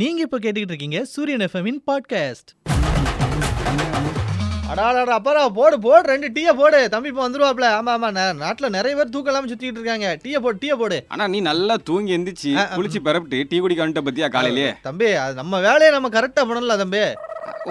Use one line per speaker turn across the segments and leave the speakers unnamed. நீங்க இப்ப கேட்டுக்கிட்டு இருக்கீங்க சூரியன் எஃப்எம்மின் பாட்காஸ்ட்
அடாடா அப்புறம் போடு போடு ரெண்டு டீயை போடு தம்பி இப்போ வந்துருவாப்ல ஆமா ஆமா நா- நாட்டுல நிறைய பேர் தூக்கம் இல்லாம சுத்திட்டு இருக்காங்க டீயை போடு டீயை போடு
ஆனா நீ நல்லா தூங்கி எந்திரிச்சு
ஆ, ஆ.
குளிச்சு பரப்பிட்டு டீ குடிக்க வந்துட்ட பத்தியா காலையிலே
தம்பி அது நம்ம வேலையை நம்ம கரெக்டா பண்ணல தம்பி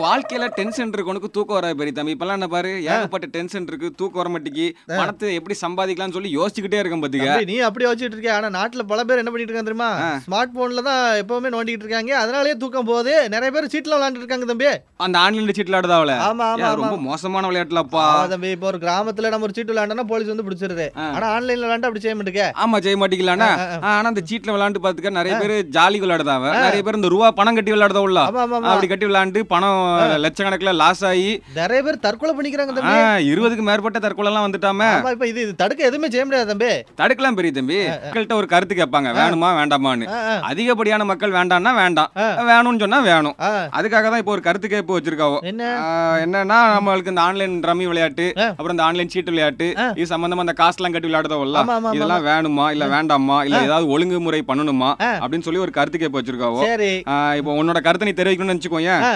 வாழ்க்கையில டென்ஷன் இருக்கு உனக்கு தூக்கம் வராது பெரிய தம்பி இப்பெல்லாம் என்ன பாரு ஏகப்பட்ட டென்ஷன் இருக்கு தூக்கம் வர மாட்டேங்கி பணத்தை எப்படி சம்பாதிக்கலாம்னு சொல்லி யோசிச்சுக்கிட்டே இருக்கேன் பாத்துக்க
தம்பி, நீ அப்படியே வச்சுட்டு இருக்க ஆனா நாட்டுல பல பேர் என்ன பண்ணிட்டு இருக்காங்க தெரியுமா ஸ்மார்ட் போன்ல தான் எப்பவுமே நோண்டிட்டு இருக்காங்க அதனாலயே தூக்கம் போகுது நிறைய பேர் சீட்ல விளையாண்டுட்டு இருக்காங்க தம்பி
அந்த ஆன்லைன்ல சீட் விளையாடுதாவல
ஆமா ஆமா
ரொம்ப
ஆமா
மோசமான விளையாட்டுலப்பா
ஆமா தம்பி இப்போ ஒரு கிராமத்துல நம்ம ஒரு சீட்டு விளையாண்டோம்னா போலீஸ் வந்து பிடிச்சிருது
ஆ.
ஆனா ஆன்லைன்ல விளையாண்டா அப்படி செய்ய மாட்டேங்க
ஆமா ஜெய மாட்டிக்கலாம்னா
ஆ, ஆ,
ஆனா அந்த சீட்ல விளையாண்டு பாத்துக்க நிறைய பேர் ஜாலி விளையாடுதாவ நிறைய பேர் இந்த ரூபா பணம் கட்டி விளையாடுதாவுல
ஆமா ஆமா ஆமா
அப்படி கட்டி விளையாண்டு பணம் லட்சக்கணக்குல லாஸ் ஆகி
நிறைய பேர் தற்கொலை பண்ணிக்கிறாங்க
ஆ,
தம்பி
இருபதுக்கு மேற்பட்ட தற்கொலை எல்லாம் வந்துட்டாம
ஆமா இப்ப இது இது தடுக்க எதுவுமே செய்ய முடியாது தம்பி
தடுக்கலாம் பெரிய தம்பி மக்கள்கிட்ட ஒரு கருத்து கேட்பாங்க வேணுமா வேண்டாமான்னு
ஆ, ஆ.
அதிகப்படியான மக்கள் வேண்டாம்னா வேண்டாம்
ஆ.
வேணும்னு சொன்னா வேணும்
ஆ.
அதுக்காக தான் இப்போ ஒரு கருத்து கேட்பு வச்சிருக்காவோ
என்ன
ஆ, என்னன்னா நம்மளுக்கு இந்த ஆன்லைன் ரம்மி விளையாட்டு
ஆ.
அப்புறம் இந்த ஆன்லைன் சீட்டு விளையாட்டு
ஆ.
இது சம்பந்தமா அந்த காசுலாம் கட்டி விளையாடுதோல்ல
ஆமா, ஆமா, ஆமா,
இதெல்லாம் வேணுமா இல்ல வேண்டாமா இல்ல ஏதாவது ஒழுங்குமுறை பண்ணணுமா
ஆ.
அப்படின்னு சொல்லி ஒரு கருத்து கேட்பு வச்சிருக்காவோ
சரி
ஆ, இப்போ உன்னோட கருத்தை நீ தெரிவிக்கணும்னு வச்சுக்கோயேன்
ஆ.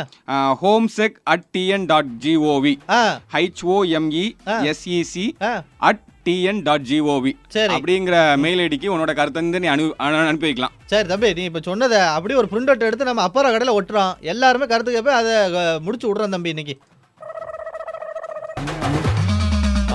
Home sec at TN dot gov
ah
HOME
ah.
SEC
ah
at TN dot gov
சரி
அப்படிங்கிற மெயில் ஐடிக்கு உன்னோட கருத்தை வந்து நீ அனு அனு- அனுப்பி வைக்கலாம்
சரி தம்பி நீ இப்போ சொன்னதை அப்படியே ஒரு பிரிண்ட் அவுட் எடுத்து நம்ம அப்பாரா கடையில் ஒட்டுறோம் எல்லாருமே கருத்து கேட்ப அதை அஹ், முடிச்சு விடுறோம் தம்பி இன்னைக்கு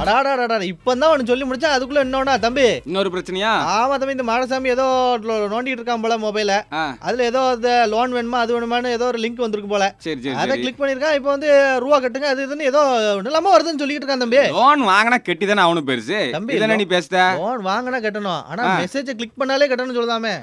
அடாடாடாடா இப்போ தான் அவனு சொல்லி முடிச்சா அதுக்குள்ள இன்னொன்னா தம்பி
இன்னொரு பிரச்சனையா
ஆமா தம்பி இந்த மாடசாமி ஏதோ லோ- நோண்டிட்டு இருக்கான் போல மொபைல
ஆ.
அதுல ஏதோ இந்த லோன் வேணுமா அது வேணுமான்னு ஏதோ ஒரு லிங்க் வந்திருக்கு போல
சரி சரி
அதை
சரி
கிளிக் பண்ணியிருக்கான் இப்போ வந்து ரூபா கட்டுங்க அது இதுன்னு ஏதோ இல்லாம வருதுன்னு சொல்லிட்டு இருக்கான் தம்பி
லோன் வாங்கினா கெட்டி தானே அவனும் பெருசு
தம்பி,
இதென்ன நீ பேசுத
லோன் வாங்கினா கட்டணும் ஆனா மெசேஜ் கிளிக் பண்ணாலே கட்டணும்னு சொல்லுதாமே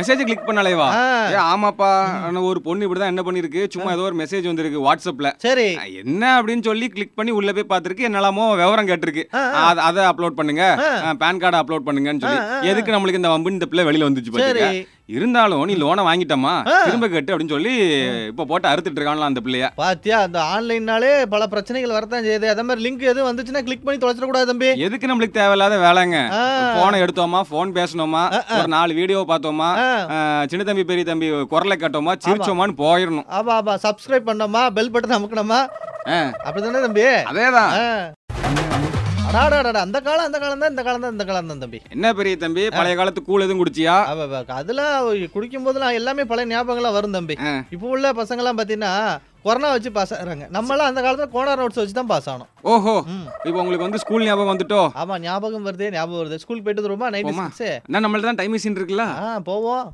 மெசேஜ் கிளிக் பண்ணாலே வா
ஆ
ஏ ஆமாப்பா ஆனா ஒரு பொண்ணு இப்படிதான் என்ன பண்ணிருக்கு சும்மா ஏதோ ஒரு மெசேஜ் வந்திருக்கு வாட்ஸ்அப்ல
சரி
அஹ், என்ன அப்படின்னு சொல்லி கிளிக் பண்ணி உள்ள போய் பார்த்திருக்கு என்னலாமோ விவரம் கேட்டிருக்கு
ஆ, ஆ.
அத- அதை அப்லோட் பண்ணுங்க
ஆ.
பேன் கார்டு அப்லோட் பண்ணுங்கன்னு சொல்லி
ஆ, ஆ, ஆ.
எதுக்கு நம்மளுக்கு இந்த வம்பு இந்த பிள்ளை வெளியில வந்துச்சு பாத்தீங்க
சரி
இருந்தாலும் நீ லோனை வாங்கிட்டமா
ஆ.
திரும்ப கட்டு அப்படின்னு சொல்லி இப்ப போட்டு அறுத்துட்டு இருக்கான்ல அந்த பிள்ளைய
பாத்தியா அந்த ஆன்லைன்னாலே பல பிரச்சனைகள் வரத்தான் செய்யுது அதே மாதிரி லிங்க் எதுவும் வந்துச்சுன்னா கிளிக் பண்ணி தொலைச்சிடக்கூடாது தம்பி
எதுக்கு நம்மளுக்கு தேவையில்லாத வேலைங்க
ஆ,
போனை எடுத்தோமா போன் பேசணுமா ஒரு நாலு வீடியோ பார்த்தோமா
ஆ.
அஹ், சின்ன தம்பி பெரிய தம்பி குரலை கட்டோமா சிரிச்சோமான்னு போயிடணும்
ஆமா ஆமா சப்ஸ்கிரைப் பண்ணோமா பெல் பட்டன் அமுக்கணுமா அப்படிதானே தம்பி
அதேதான்
ஆ. அடாடாடாடா அந்த காலம் அந்த காலம் தான் இந்த காலம் தான் இந்த காலம் தான் தம்பி
என்ன பெரிய தம்பி பழைய காலத்து கூழ் எதுவும் குடிச்சியா
அவ- அவ- அதெல்லாம் குடிக்கும் போதெல்லாம் எல்லாமே பழைய ஞாபகங்கள்லாம் வரும் தம்பி
ஆ.
இப்போ உள்ள பசங்கெல்லாம் பாத்தீங்கன்னா கொரோனா வச்சு பாஸ் ஆகுறாங்க நம்மலாம் அந்த காலத்துல கோனா நோட்ஸ் வச்சு தான் பாஸ் ஆனோம்
ஓஹோ
ம்.
இப்போ உங்களுக்கு வந்து ஸ்கூல் ஞாபகம் வந்துட்டோ
ஆமா ஞாபகம் வருது ஞாபகம் வருது ஸ்கூல் போயிட்டு வருமா நைட்
போமா.
சிக்ஸ்
என்ன நம்மள்ட்ட தான் டைம் மிஷின் இருக்குல்ல
ஆ போவோம்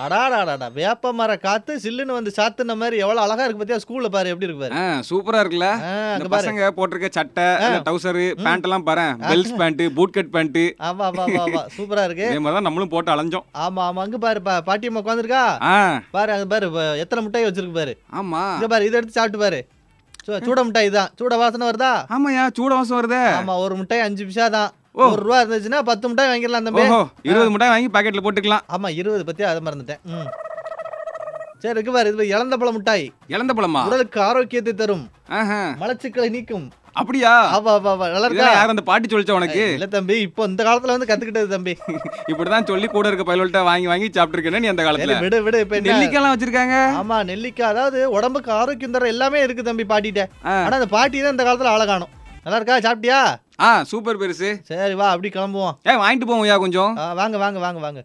அடாடாடாடா வேப்ப மர காத்து சில்லுன்னு வந்து சாத்துன மாதிரி எவ்வளவு அழகா இருக்கு பாத்தியா ஸ்கூல்ல பாரு எப்படி இருக்கு பாரு
ஆ, சூப்பரா இருக்குல்ல
ஆ,
இந்த
அங்க பாரு
பசங்க போட்டிருக்க சட்டை டவுசர் பேண்ட் எல்லாம் பாரு bells pant boot cut pant
ஆமா ஆமா ஆமா ஆமா சூப்பரா இருக்கு
இதே மாதிரி தான் நம்மளும் போட்டு அலைஞ்சோம்
ஆமா ஆமா அங்க பாரு பா பாட்டியம்மா உட்காந்துருக்கா
ஆ
பாரு அங்க பாரு ப- எத்தனை மிட்டாய் வச்சிருக்கு பாரு
ஆமா
இங்க பாரு இதை எடுத்து சாப்பிட்டு பாரு சு- சூட மிட்டாய் தான் சூட வாசனை வருதா
ஆமாயா சூட வாசம் வருதே
ஆமா ஒரு மிட்டாய் அஞ்சு பிசா தான்
ஓ.
ஒரு ரூபா இருந்துச்சுன்னா பத்து மிட்டாய் வாங்கிடலாம் தம்பி
ஓஹோ இருபது மிட்டாய் வாங்கி பாக்கெட்ல போட்டுக்கலாம்
ஆமா இருபது பத்தி அதை மறந்துட்டேன் ம். சரி இருக்கு பாரு இது இழந்த பழ மிட்டாய்
இழந்த பழமா
உடலுக்கு ஆரோக்கியத்தை தரும்
ஆஹா.
மலச்சிக்கலை நீக்கும்
அப்படியா
ஆவா ஆவா ஆவா நல்லா இருக்கா
இதெல்லாம் யார் அந்த பாட்டி சொல்லிச்சா உனக்கு
இல்ல தம்பி இப்போ இந்த காலத்துல வந்து கத்துக்கிட்டது தம்பி
இப்படிதான் சொல்லி கூட இருக்க பயலுள்கிட்ட வாங்கி வாங்கி சாப்பிட்டுருக்கேன்னு நீ அந்த
சரி
காலத்துல
விடு விடு இப்ப என்ன?
நெல்லிக்காய்லாம் வச்சிருக்காங்க
ஆமா நெல்லிக்காய் அதாவது உடம்புக்கு ஆரோக்கியம் தர எல்லாமே இருக்கு தம்பி பாட்டிட்ட
ஆ.
ஆனா அந்த பாட்டி தான் இந்த காலத்துல ஆளை காணும் நல்லா இருக்கா சாப்பிட்டியா
ஆ சூப்பர் பெருசு
சரி வா அப்படி கிளம்புவோம்
ஏ வாங்கிட்டு போவோம்யா கொஞ்சம்
ஆ, வாங்க வாங்க வாங்க வாங்க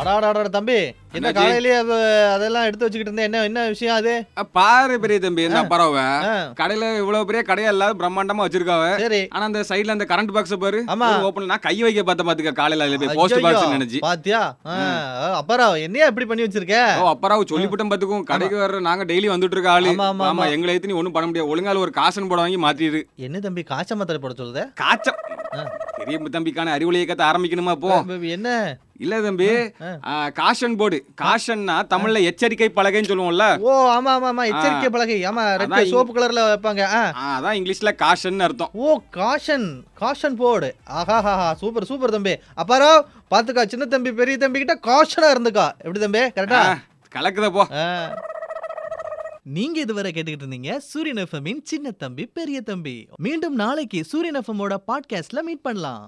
அடாடாடா தம்பி என்ன
அண்ணாச்சி.
காலையிலேயே அவ, அதெல்லாம் எடுத்து வச்சுக்கிட்டு இருந்தேன் என்ன என்ன விஷயம் அது
அ, பாரு பெரிய தம்பி இந்த பறவை
ஆ,
கடையில இவ்வளவு பெரிய கடையா இல்லாத பிரம்மாண்டமா வச்சிருக்காவ
சரி
ஆனா அந்த சைடுல அந்த கரண்ட் பாக்ஸ் பாரு
ஆமா.
ஓபன்ல நான் கை வைக்க பார்த்த பாத்துக்க காலையில அதுல போய் போஸ்ட்
ஐயையோ,
பாக்ஸ் நினைச்சு
பாத்தியா அப்பரா என்னையா இப்படி பண்ணி வச்சிருக்க
ஓ அப்புறம் சொல்லிவிட்டும் பாத்துக்கும் கடைக்கு வர நாங்க டெய்லி வந்துட்டு இருக்க ஆளு
ஆமா, ஆமா,
ஆமா எங்களை எடுத்து நீ ஒண்ணும் பண்ண முடியாது ஒழுங்கால ஒரு காசன் போட வாங்கி மாத்திடு
என்ன தம்பி காய்ச்ச மாத்திரை போட சொல்லுது
காய்ச்சம்
ஆ.
பெரிய தம்பிக்கான அறிவுலையை கத்த ஆரம்பிக்கணுமா இப்போ
என்ன
இல்ல தம்பி
ஆ.
ஆ, காஷன் போர்டு காஷன்னா தமிழ்ல எச்சரிக்கை பலகைன்னு சொல்லுவோம்ல
ஓ ஆமா ஆமா ஆமா எச்சரிக்கை பலகை ஆமா ரெட்
அதான்
சோப்பு கலர்ல வைப்பாங்க ஆ.
ஆ, அதான் இங்கிலீஷ்ல காஷன் அர்த்தம்
ஓ காஷன் காஷன் போர்டு ஆஹாஹாஹா சூப்பர் சூப்பர் தம்பி அப்பாரா பாத்துக்கா சின்ன தம்பி பெரிய தம்பி கிட்ட காஷனா இருந்துக்கா எப்படி தம்பி கரெக்டா
கலக்குத போ
நீங்க இதுவரை கேட்டுக்கிட்டு இருந்தீங்க சூரியன் எஃப்எம்மின் சின்ன தம்பி பெரிய தம்பி மீண்டும் நாளைக்கு சூரியன் எஃப்எம்மோட பாட்காஸ்ட்ல மீட் பண்ணலாம்